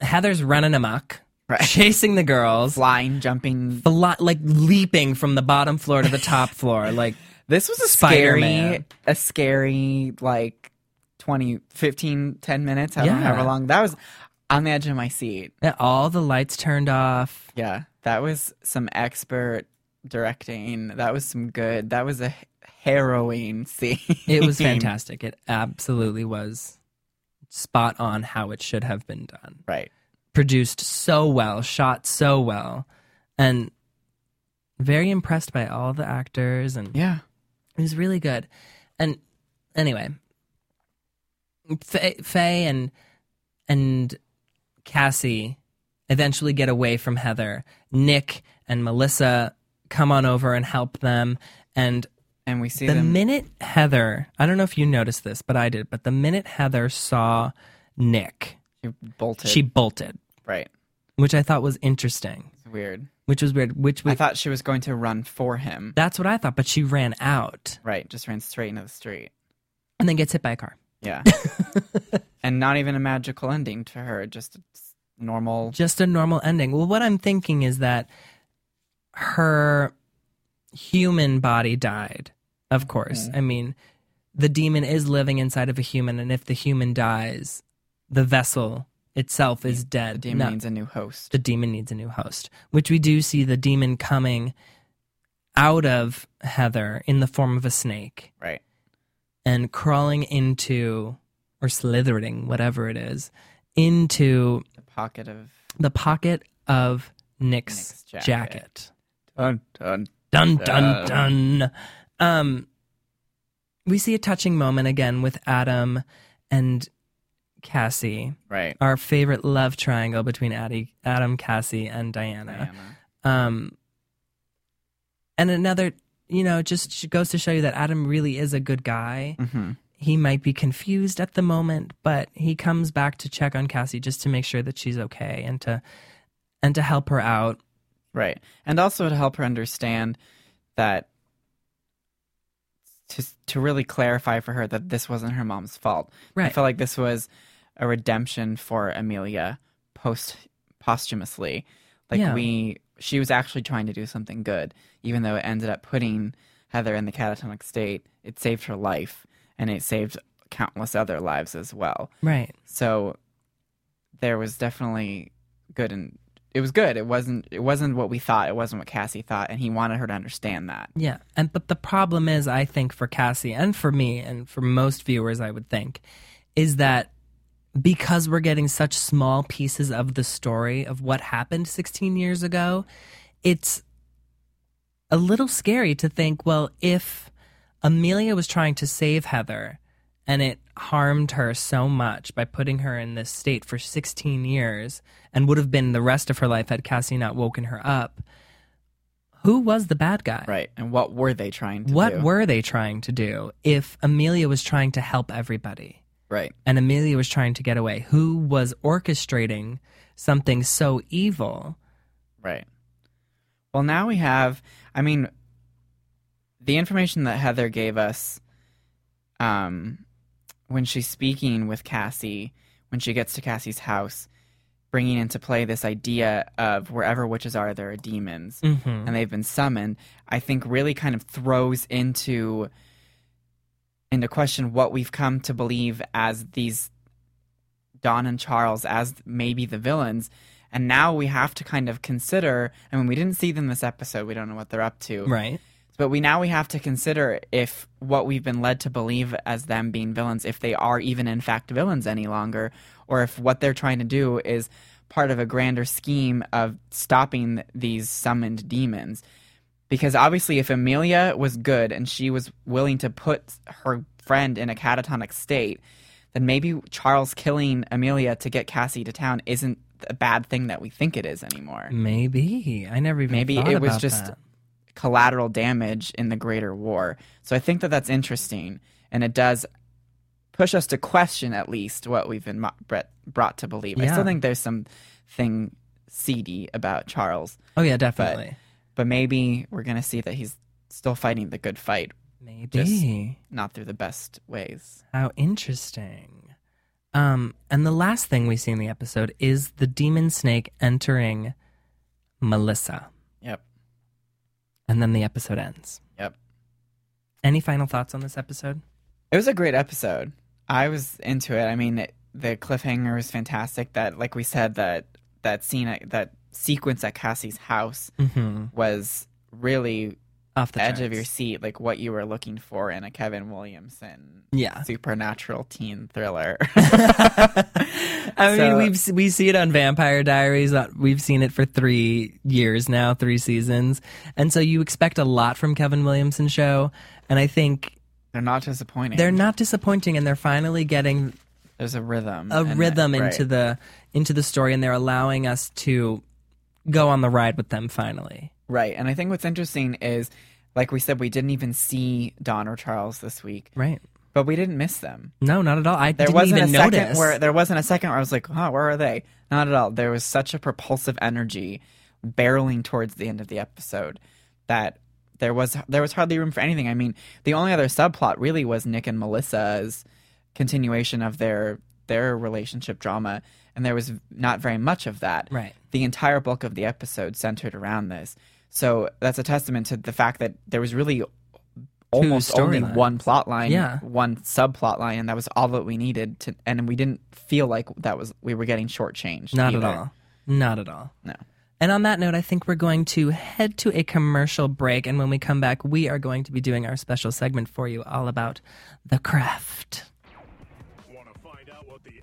S2: Heather's running amok,
S3: right.
S2: chasing the girls.
S3: Flying, jumping.
S2: fly, like leaping from the bottom floor to the top floor. Like
S3: This was a
S2: Spider-Man.
S3: scary, a scary like 20, 15, 10 minutes, I don't
S2: Yeah.
S3: know how long. That was on the edge of my seat.
S2: yeah, all the lights turned off.
S3: Yeah, that was some expert directing. That was some good. That was a harrowing scene.
S2: It was fantastic. It absolutely was spot on how it should have been done.
S3: right.
S2: Produced so well, shot so well, and very impressed by all the actors and
S3: Yeah.
S2: It was really good. And anyway, Faye, Faye and and Cassie eventually get away from Heather. Nick and Melissa come on over and help them. And
S3: And we see
S2: the
S3: them.
S2: minute Heather, I don't know if you noticed this, but I did. But the minute Heather saw Nick,
S3: she bolted.
S2: she bolted.
S3: right.
S2: which I thought was interesting,
S3: It's weird.
S2: which was weird. Which
S3: I
S2: was,
S3: thought she was going to run for him.
S2: that's what I thought, but she ran out
S3: Right, just ran straight into the street.
S2: and then gets hit by a car.
S3: Yeah. and not even a magical ending to her, just a s- normal.
S2: Just a normal ending. Well, what I'm thinking is that her human body died. Of
S3: Mm-hmm.
S2: course, I mean, the demon is living inside of a human, and if the human dies, the vessel itself is dead.
S3: The demon
S2: No-
S3: needs a new host.
S2: the demon needs a new host, which we do see the demon coming out of Heather in the form of a snake
S3: Right.
S2: and crawling into or slithering, whatever it is, into
S3: The pocket of.
S2: the pocket of Nick's,
S3: Nick's jacket.
S2: jacket.
S3: Dun, dun.
S2: Dun dun dun. Um, we see a touching moment again with Adam and Cassie,
S3: Right.
S2: our favorite love triangle between Addie, Adam, Cassie, and Diana.
S3: Diana.
S2: Um, and another, you know, just sh- goes to show you that Adam really is a good guy.
S3: Mhm.
S2: He might be confused at the moment, but he comes back to check on Cassie just to make sure that she's okay and to and to help her out.
S3: Right. And also to help her understand that to to really clarify for her that this wasn't her mom's fault. I
S2: Right.
S3: felt like this was a redemption for Amelia post posthumously. Like
S2: Yeah.
S3: we she was actually trying to do something good, even though it ended up putting Heather in the catatonic state. It saved her life and it saved countless other lives as well.
S2: Right.
S3: So there was definitely good and it was good. It wasn't it wasn't what we thought. It wasn't what Cassie thought and he wanted her to understand that.
S2: Yeah. And but the problem is I think for Cassie and for me and for most viewers I would think is that because we're getting such small pieces of the story of what happened 16 years ago, it's a little scary to think, well, if Amelia was trying to save Heather and it harmed her so much by putting her in this state for 16 years and would have been the rest of her life had Cassie not woken her up, who was the bad guy?
S3: Right. And what were they trying to
S2: what
S3: do?
S2: were they trying to do if Amelia was trying to help everybody
S3: Right.
S2: and Amelia was trying to get away? Who was orchestrating something so evil?
S3: Right. Well, now we have. I mean, the information that Heather gave us, um, when she's speaking with Cassie, when she gets to Cassie's house, bringing into play this idea of wherever witches are, there are demons,
S2: Mm-hmm.
S3: and they've been summoned. I think really kind of throws into into question what we've come to believe as these Don and Charles as maybe the villains. And now we have to kind of consider. I mean, we didn't see them this episode. We don't know what they're up to.
S2: Right.
S3: But we now we have to consider if what we've been led to believe as them being villains, if they are even in fact villains any longer, or if what they're trying to do is part of a grander scheme of stopping these summoned demons. Because obviously, if Amelia was good and she was willing to put her friend in a catatonic state, then maybe Charles killing Amelia to get Cassie to town isn't a bad thing that we think it is anymore
S2: Maybe. I never even
S3: maybe
S2: thought
S3: it was
S2: about
S3: just
S2: that.
S3: collateral damage in the greater war. So I think that that's interesting, and it does push us to question at least what we've been mo- bre- brought to believe. I
S2: Yeah.
S3: still think there's something seedy about Charles,
S2: Oh yeah, definitely.
S3: but maybe we're gonna see that he's still fighting the good fight,
S2: Maybe.
S3: not through the best ways.
S2: How interesting. Um, and the last thing we see in the episode is the demon snake entering Melissa.
S3: Yep.
S2: And then the episode ends.
S3: Yep.
S2: Any final thoughts on this episode?
S3: It was a great episode. I was into it. I mean, it, the cliffhanger was fantastic. That, like we said, that that scene, at, that sequence at Cassie's house
S2: Mm-hmm.
S3: was really
S2: Off the
S3: edge of
S2: charts.
S3: your seat, like what you were looking for in a Kevin Williamson
S2: Yeah.
S3: supernatural teen thriller.
S2: I mean,
S3: So-
S2: we've s- we see it on Vampire Diaries. uh, We've seen it for three years now, three seasons, and so you expect a lot from Kevin Williamson show. And I think
S3: they're not disappointing.
S2: they're not disappointing, and they're finally getting
S3: There's a rhythm.
S2: a
S3: in it,
S2: rhythm
S3: uh, right.
S2: into the into the story, and they're allowing us to go on the ride with them finally.
S3: right. And I think what's interesting is, like we said, we didn't even see Don or Charles this week.
S2: Right.
S3: but we didn't miss them.
S2: No, not at all. I
S3: There
S2: didn't
S3: wasn't
S2: even
S3: a second
S2: notice.
S3: where there wasn't a second where I was like, "Huh, where are they?" Not at all. There was such a propulsive energy barreling towards the end of the episode that there was there was hardly room for anything. I mean, the only other subplot really was Nick and Melissa's continuation of their their relationship drama, and there was not very much of that.
S2: Right.
S3: The entire bulk of the episode centered around this. So that's a testament to the fact that there was really almost only
S2: storylines.
S3: one plot line,
S2: Yeah.
S3: one subplot line, and that was all that we needed to. And we didn't feel like that was we were getting shortchanged.
S2: Not
S3: either.
S2: at all. Not at all.
S3: No.
S2: And on that note, I think we're going to head to a commercial break. And when we come back, we are going to be doing our special segment for you all about the craft.
S6: Want to find out what the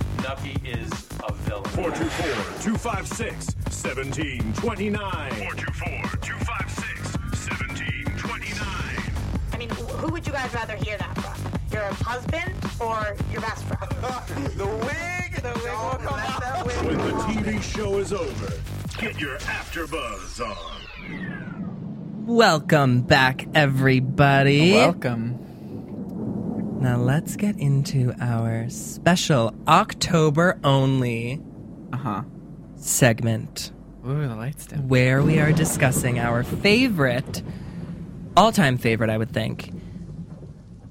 S7: Nucky is a villain.
S6: 424-256-1729. 424-256-1729.
S8: I mean, wh- who would you guys rather hear that from? Your husband or your best friend?
S9: the wig. Oh, The wig will come out. That wig.
S6: When the TV show is over, get your AfterBuzz on.
S2: Welcome back, everybody.
S3: Welcome.
S2: Now let's get into our special October only
S3: Uh huh.
S2: segment
S3: Ooh, the lights dim.
S2: where we are discussing our favorite, all time favorite, I would think,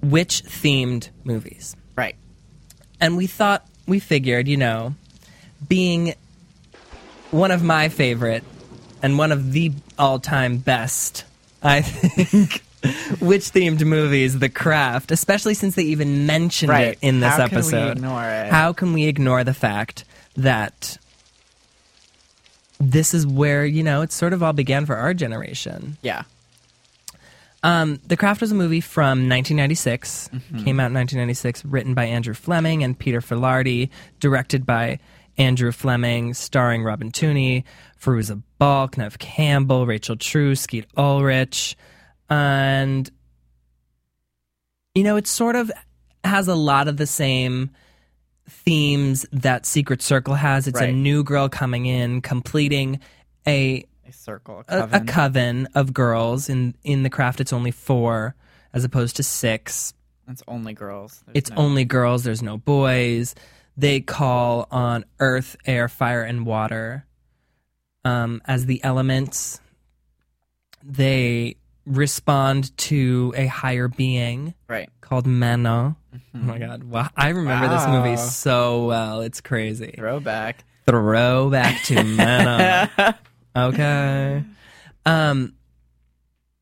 S2: witch themed movies.
S3: Right.
S2: and we thought we figured you know being one of my favorite and one of the all-time best i think witch themed movies the craft especially since they even mentioned
S3: Right.
S2: it in this
S3: How can we
S2: episode
S3: ignore it?
S2: how can we ignore the fact that this is where you know it sort of all began for our generation
S3: Yeah.
S2: Um, the Craft was a movie from 1996, came out in 1996, written by Andrew Fleming and Peter Filardi, directed by Andrew Fleming, starring Robin Tooney, Feruza Balk, Nev Campbell, Rachel True, Skeet Ulrich. And, you know, it sort of has a lot of the same themes that Secret Circle has. It's a
S3: Right.
S2: new girl coming in, completing a
S3: A circle. A
S2: a-
S3: coven.
S2: a coven of girls in in the craft it's only four as opposed to six
S3: That's only girls. There's
S2: it's
S3: no-
S2: only girls there's no boys they call on earth air fire and water um, as the elements they respond to a higher being
S3: right.
S2: called mana oh my god wow. i remember
S3: Mm-hmm. Wow.
S2: this movie so well it's crazy
S3: Throwback.
S2: throw back to mana. okay. Um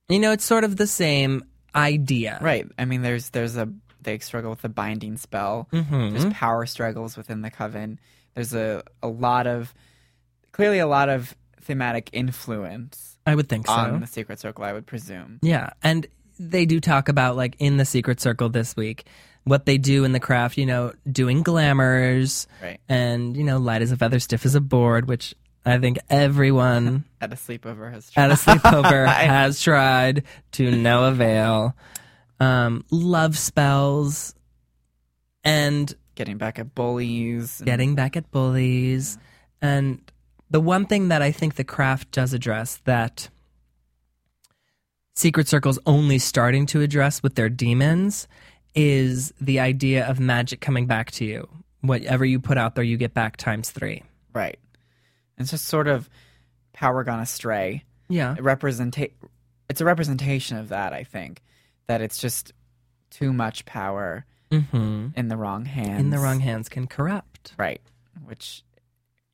S2: you know, it's sort of the same idea.
S3: Right. I mean, there's there's a they struggle with the binding spell.
S2: Mm-hmm.
S3: There's power struggles within the coven. There's a a lot of clearly a lot of thematic influence
S2: I would think so.
S3: on the secret circle. I would presume.
S2: Yeah, and they do talk about like in the secret circle this week what they do in the craft. You know, doing glamours,
S3: Right.
S2: And you know, light as a feather, stiff as a board, which I think everyone
S3: At a sleepover has
S2: at a sleepover has tried to no avail. Um, love spells and
S3: getting back at bullies. and-
S2: getting back at bullies. And the one thing that I think the craft does address that Secret Circle's only starting to address with their demons is the idea of magic coming back to you. Whatever you put out there, you get back times three.
S3: right. It's just sort of power gone astray.
S2: Yeah.
S3: representa- it's a representation of that i think that it's just too much power
S2: hmm
S3: in the wrong hands
S2: In the wrong hands can corrupt.
S3: right which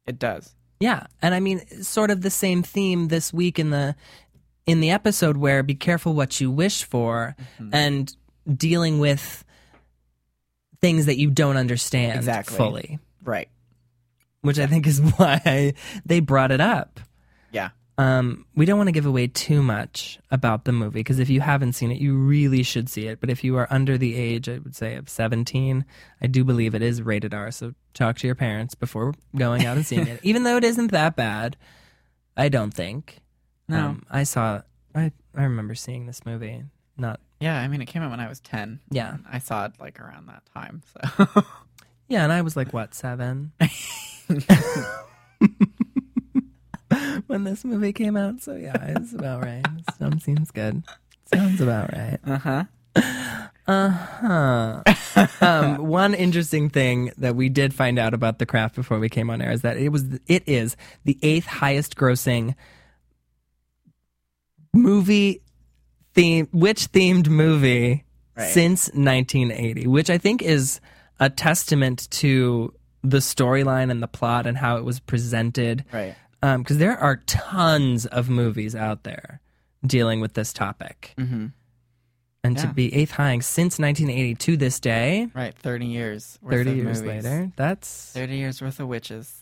S3: it does
S2: Yeah, and I mean, sort of the same theme this week in the in the episode where be careful what you wish for, and dealing with things that you don't understand
S3: Exactly.
S2: fully,
S3: right
S2: which I think is why they brought it up.
S3: yeah
S2: Um, we don't want to give away too much about the movie because if you haven't seen it, you really should see it. But if you are under the age, I would say of 17, I do believe it is rated R. So talk to your parents before going out and seeing it, even though it isn't that bad. I don't think. Um,
S3: No.
S2: I saw. I I remember seeing this movie. Not
S3: Yeah, I mean, it came out when I was 10.
S2: Yeah.
S3: I saw it like around that time. So
S2: yeah, and I was like what seven when this movie came out. So yeah, it's about right. Sounds seems good. Sounds about right. um, one interesting thing that we did find out about the craft before we came on air is that it was it is the eighth highest grossing movie theme witch themed movie
S3: Right.
S2: since 1980 which i think is a testament to the storyline and the plot and how it was presented
S3: Right.
S2: because Um, there are tons of movies out there dealing with this topic and to
S3: Mm-hmm. Yeah.
S2: be eighth highing since 1980 to this day
S3: Right, 30 years. worth
S2: 30
S3: of
S2: years
S3: movies.
S2: later that's
S3: 30 years worth of witches.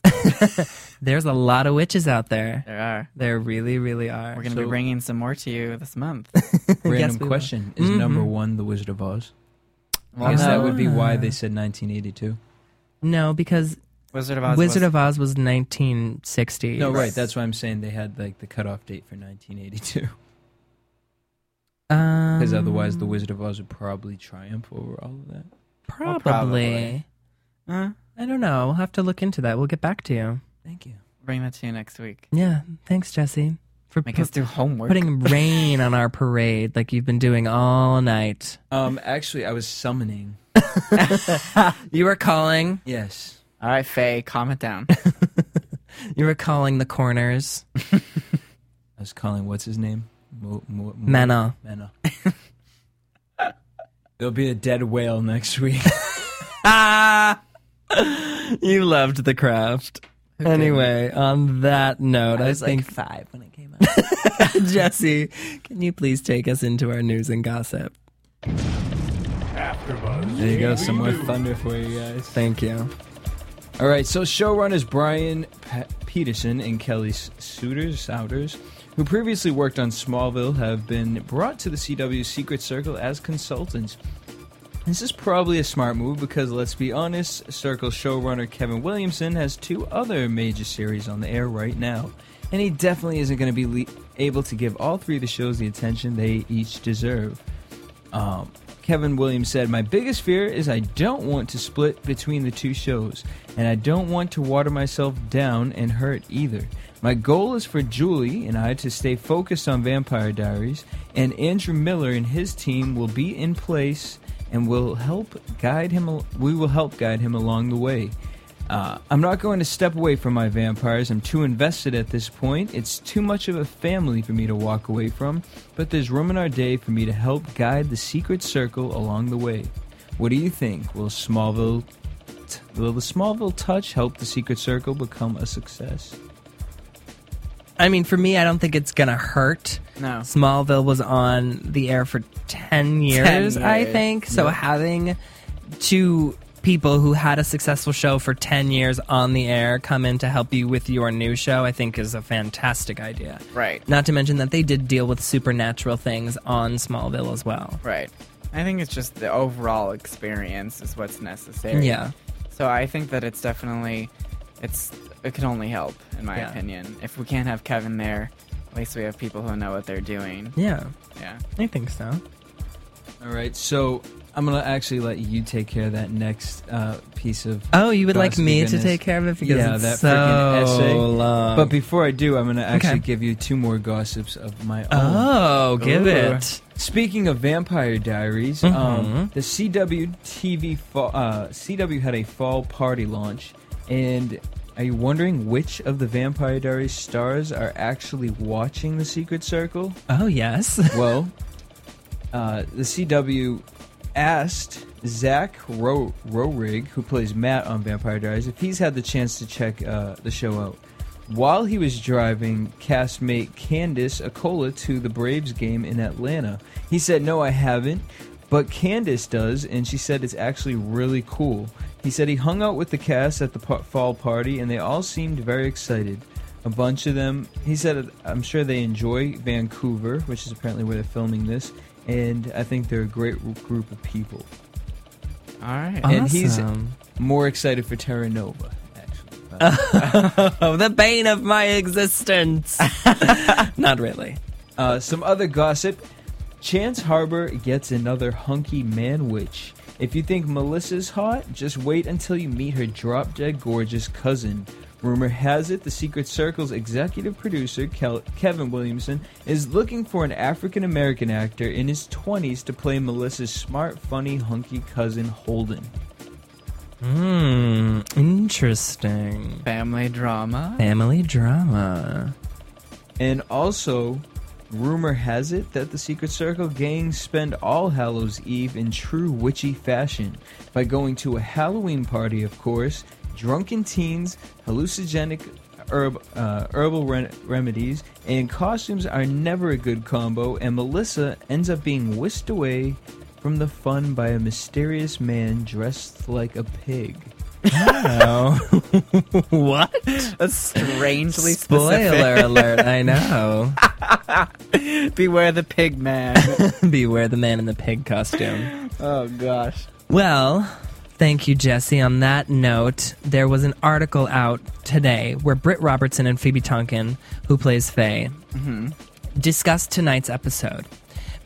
S2: there's a lot of witches out there
S3: There are.
S2: there really really are
S3: We're going to be
S5: So-
S3: bringing some more to you this month.
S2: we
S5: Random
S2: will.
S5: question: Is number one The Wizard of Oz?
S3: Well,
S5: I guess that
S3: no,
S5: would be why they said 1982.
S2: no because
S3: Wizard of Oz.
S2: wizard
S3: was-
S2: of oz was 1960
S5: No, right. That's why I'm saying they had like the cutoff date for 1982, because
S2: because
S5: otherwise The Wizard of Oz would probably triumph over all of that.
S2: probably,
S3: probably. Huh?
S2: i don't know we'll have to look into that we'll get back to you
S5: Thank you.
S3: Bring that to you next week.
S2: yeah thanks jesse for
S3: Make
S2: pu-
S3: us do homework.
S2: putting rain on our parade like you've been doing all night
S5: Um, actually, I was summoning.
S2: you were calling
S5: Yes.
S3: All right, Faye, calm it down.
S2: you were calling the corners
S5: I was calling what's his name? Mo- Mo- Mo-
S2: Mena.
S5: Mena. There'll be a dead whale next week.
S2: you loved the craft anyway on that note i, think
S5: five when it came out.
S2: Jesse, can you please take us into our news and gossip?
S6: AfterBuzz.
S5: There you go, some more thunder for you guys.
S2: Thank you.
S5: All right, so showrunners Brian Pe- Peterson and Kelly S- Souders, Souders, who previously worked on Smallville, have been brought to the CW's Secret Circle as consultants. This is probably a smart move because, let's be honest, Circle showrunner Kevin Williamson has two other major series on the air right now, and he definitely isn't going to be le- able to give all three of the shows the attention they each deserve. Um, Kevin Williams said, My biggest fear is I don't want to split between the two shows, and I don't want to water myself down and hurt either. My goal is for Julie and I to stay focused on Vampire Diaries, and Andrew Miller and his team will be in place and will help guide him. al- We will help guide him along the way. Uh, I'm not going to step away from my vampires. I'm too invested at this point. It's too much of a family for me to walk away from, but there's room in our day for me to help guide the secret circle along the way. What do you think? Will Smallville t- will the Smallville touch help the secret circle become a success?
S2: I mean, for me, I don't think it's gonna hurt.
S3: No.
S2: Smallville was on the air for ten years, I
S3: years.
S2: think. So having two people who had a successful show for ten years on the air come in to help you with your new show, I think, is a fantastic idea.
S3: Right.
S2: Not to mention that they did deal with supernatural things on Smallville as well.
S3: Right. I think it's just the overall experience is what's necessary.
S2: Yeah.
S3: So I think that it's definitely, it's it can only help in my
S2: Yeah.
S3: opinion. If we can't have Kevin there, at least we have people who know what they're doing.
S2: Yeah,
S3: Yeah.
S2: I think so.
S5: All right, so I'm gonna actually let you take care of that next uh, piece of.
S2: Oh, you would like
S5: gossipy
S2: me to
S5: goodness.
S2: take care of it because
S5: yeah,
S2: it's
S5: that
S2: so
S5: freaking essay.
S2: long.
S5: But before I do, I'm gonna actually
S2: Uh, Okay.
S5: give you two more gossips of my own.
S2: oh, give
S5: Ooh.
S2: it.
S5: Speaking of Vampire Diaries, um, the CW TV fall, uh, CW had a fall party launch, and are you wondering which of the Vampire Diaries stars are actually watching the Secret Circle?
S2: Oh yes.
S5: well, uh, the CW asked Zach Ro- Rorig, who plays Matt on Vampire Diaries, if he's had the chance to check uh, the show out. While he was driving castmate Candice Acola to the Braves game in Atlanta, he said, No, I haven't. But Candice does, and she said it's actually really cool. He said he hung out with the cast at the pa- fall party, and they all seemed very excited. a bunch of them. He said, I'm sure they enjoy Vancouver, which is apparently where they're filming this, and I think they're a great group of people.
S3: All right.
S5: And he's
S2: Awesome.
S5: more excited for Terra Nova, actually.
S2: Oh, the bane of my existence. Not really.
S5: Uh, some other gossip. Chance Harbor gets another hunky man witch. If you think Melissa's hot, just wait until you meet her drop dead gorgeous cousin. Rumor has it the Secret Circle's executive producer, Kel- Kevin Williamson, is looking for an African American actor in his 20s to play Melissa's smart, funny, hunky cousin, Holden.
S2: Hmm. Interesting.
S3: Family drama.
S2: Family drama.
S5: And also, rumor has it that the Secret Circle gang spend all Hallows Eve in true witchy fashion by going to a Halloween party, of course, drunken teens, hallucinogenic herb, uh, herbal re- remedies, and costumes are never a good combo. And Melissa ends up being whisked away from the fun by a mysterious man dressed like a pig.
S2: what?
S3: That's strangely
S2: Spoiler alert, I know.
S3: specific. Beware the pig man.
S2: Beware the man in the pig costume.
S3: oh gosh.
S2: Well, thank you, Jesse. On that note, there was an article out today where Britt Robertson and Phoebe Tonkin, who plays Faye, discussed tonight's episode.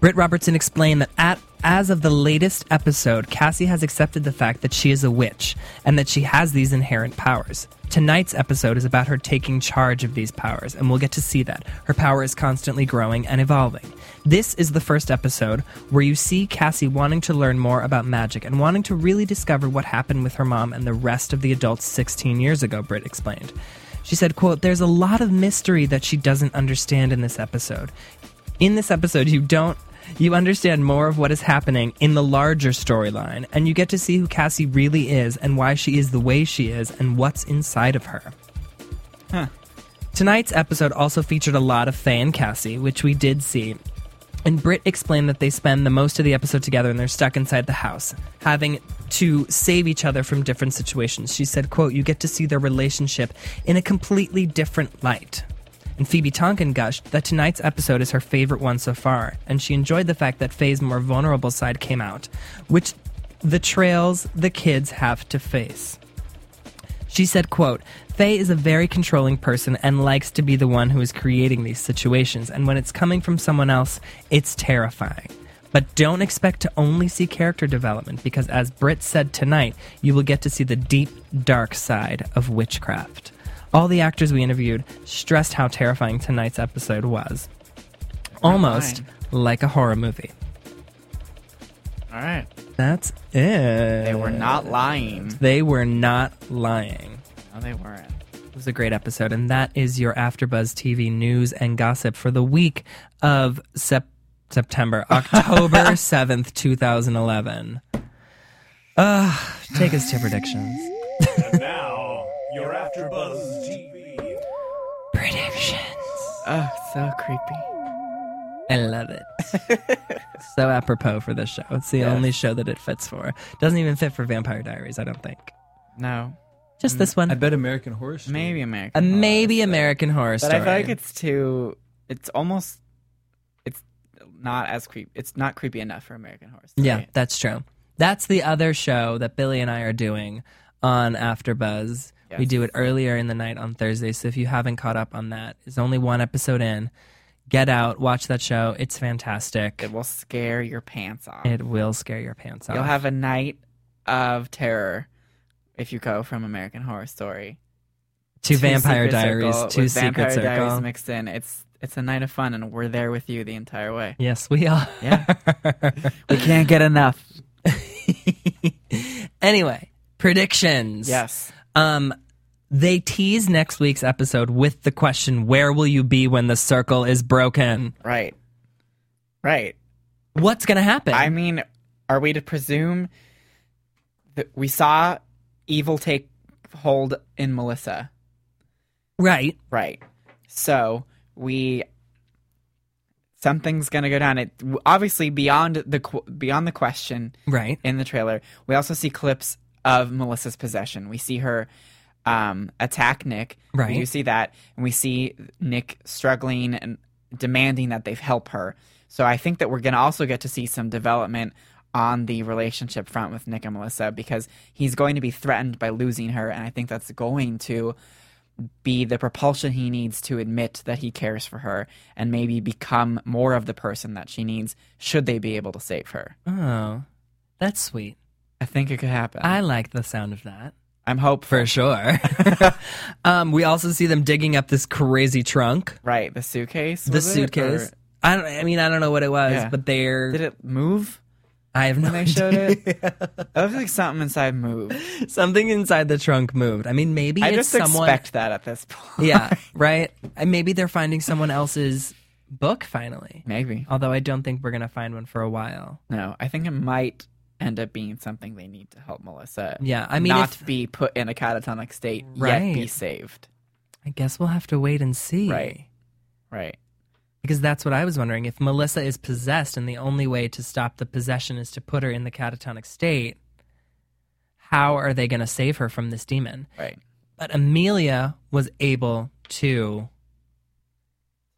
S2: Britt Robertson explained that at as of the latest episode, Cassie has accepted the fact that she is a witch and that she has these inherent powers. Tonight's episode is about her taking charge of these powers, and we'll get to see that. Her power is constantly growing and evolving. This is the first episode where you see Cassie wanting to learn more about magic and wanting to really discover what happened with her mom and the rest of the adults 16 years ago, Britt explained. She said, quote, There's a lot of mystery that she doesn't understand in this episode in this episode you don't you understand more of what is happening in the larger storyline and you get to see who cassie really is and why she is the way she is and what's inside of her tonight's episode also featured a lot of faye and cassie which we did see and Britt explained that they spend the most of the episode together and they're stuck inside the house, having to save each other from different situations. She said, quote, you get to see their relationship in a completely different light. And Phoebe Tonkin gushed that tonight's episode is her favorite one so far, and she enjoyed the fact that Faye's more vulnerable side came out, which the trails the kids have to face. She said, quote, Faye is a very controlling person and likes to be the one who is creating these situations, and when it's coming from someone else, it's terrifying. But don't expect to only see character development, because as Britt said tonight, you will get to see the deep, dark side of witchcraft. All the actors we interviewed stressed how terrifying tonight's episode was. Almost like a horror movie.
S3: All right.
S2: That's it.
S3: They were not lying.
S2: They were not lying.
S3: No, they weren't.
S2: It was a great episode, and that is your AfterBuzz TV news and gossip for the week of sep- September, October seventh, two thousand eleven. Ah, take us to predictions.
S6: And now, your After Buzz TV.
S2: Predictions.
S3: Oh, so creepy.
S2: I love it. so apropos for this show. It's the only show that it fits for. Doesn't even fit for Vampire Diaries, I don't think.
S3: No.
S2: Just this one.
S5: I bet American Horror Story.
S3: Maybe American.
S2: A maybe American Horror
S3: Oh, But
S2: Story.
S3: I feel like it's too. It's almost. It's not as creepy. It's not creepy enough for American Horror Story.
S2: Yeah, that's true. That's the other show that Billy and I are doing on AfterBuzz. We
S3: Yes.
S2: do it earlier in the night on Thursday, so if you haven't caught up on that, it's only one episode in. Get out, watch that show. It's fantastic.
S3: It will scare your pants off.
S2: It will scare your pants off.
S3: You'll have a night of terror if you go from American Horror Story
S2: two
S3: to
S2: Vampire
S3: Secret
S2: Diaries,
S3: Circle,
S2: two
S3: with
S2: Secret
S3: Vampire Diaries
S2: Circle.
S3: mixed in. It's it's a night of fun, and we're there with you the entire way.
S2: yes, we are.
S3: Yeah. We can't get enough.
S2: anyway, predictions.
S3: Yes.
S2: Um, they tease next week's episode with the question, "Where will you be when the circle is broken?"
S3: Right. Right.
S2: What's gonna happen?
S3: I mean, are we to presume that we saw evil take hold in Melissa?
S2: right.
S3: Right. So we something's gonna go down. It obviously beyond the qu- beyond the question
S2: Right.
S3: in the trailer. We also see clips of Melissa's possession. We see her um, attack Nick.
S2: Right.
S3: We do see that, and we see Nick struggling and demanding that they help her. So I think that we're going to also get to see some development on the relationship front with Nick and Melissa because he's going to be threatened by losing her, and I think that's going to be the propulsion he needs to admit that he cares for her and maybe become more of the person that she needs should they be able to save her.
S2: Oh, that's sweet.
S3: I think it could happen.
S2: I like the sound of that.
S3: I'm hopeful.
S2: For sure. um, we also see them digging up this crazy trunk,
S3: Right, the suitcase.
S2: the
S3: was it?
S2: suitcase.
S3: Or-
S2: I don't. I mean, I don't know what it was,
S3: Yeah.
S2: but they're.
S3: did it move?
S2: I have no
S3: They
S2: idea.
S3: showed it. It looks like something inside moved.
S2: Something inside the trunk moved. I mean, maybe
S3: I
S2: it's
S3: just
S2: someone.
S3: expect that at this point.
S2: yeah, right. And maybe they're finding someone else's book finally.
S3: Maybe.
S2: Although I don't think we're gonna find one for a while.
S3: No, I think it might end up being something they need to help Melissa.
S2: Yeah, I mean,
S3: not
S2: if-
S3: be put in a catatonic state yet be
S2: Right.
S3: saved.
S2: I guess we'll have to wait and see.
S3: Right. Right.
S2: Because that's what I was wondering. If Melissa is possessed and the only way to stop the possession is to put her in the catatonic state, how are they going to save her from this demon?
S3: Right.
S2: But Amelia was able to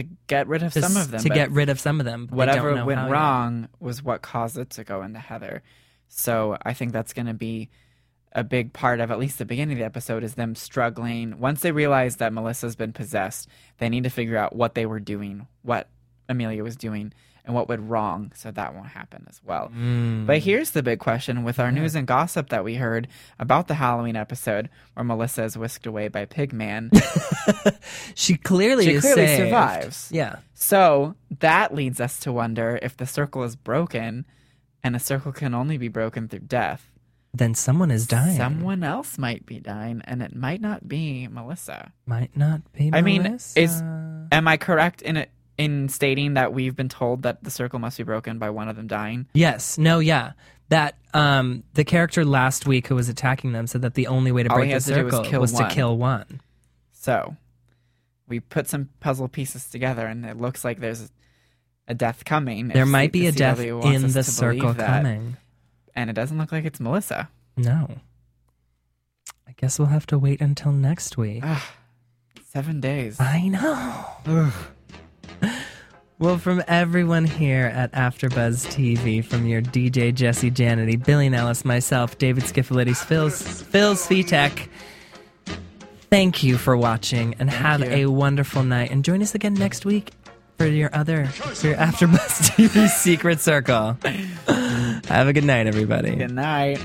S3: To get rid of
S2: to,
S3: some
S2: s-
S3: of them.
S2: to
S3: but
S2: get rid of some of them. but they don't
S3: whatever
S2: know how
S3: went
S2: yet.
S3: wrong was what caused it to go into Heather. So I think that's going to be a big part of at least the beginning of the episode is them struggling. Once they realize that Melissa's been possessed, they need to figure out what they were doing, what Amelia was doing, and what went wrong. So that won't happen as well.
S2: Mm.
S3: But here's the big question with our news and gossip that we heard about the Halloween episode where Melissa is whisked away by Pigman.
S2: She clearly
S3: She
S2: is
S3: clearly
S2: saved.
S3: survives.
S2: Yeah.
S3: So that leads us to wonder if the circle is broken, and a circle can only be broken through death.
S2: Then someone is dying.
S3: Someone else might be dying, and it might not be Melissa.
S2: might not be.
S3: I mean,
S2: Melissa.
S3: is- Am I correct in it, in stating that we've been told that the circle must be broken by one of them dying?
S2: yes, no, yeah. That um, the character last week who was attacking them said that the only way to
S3: All he
S2: break the
S3: has to do is
S2: circle
S3: kill
S2: was
S3: one.
S2: to kill one.
S3: So we put some puzzle pieces together, and it looks like there's a death coming.
S2: There
S3: If
S2: might
S3: the
S2: be a death
S3: CW wants
S2: in
S3: us
S2: the
S3: to believe
S2: circle
S3: that,
S2: coming.
S3: and it doesn't look like it's Melissa.
S2: No. I guess we'll have to wait until next week.
S3: Seven days.
S2: I know. Well, from everyone here at AfterBuzz TV, from your DJ Jesse Janity, Billy Nellis, myself, David Skiffalides, Phil Phil Svitek. Thank you for watching, and have
S3: you.
S2: a wonderful night. And join us again next week for your other for your AfterBuzz TV Secret Circle. have a good night, everybody.
S3: Good night.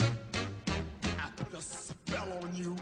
S9: I put a spell on you.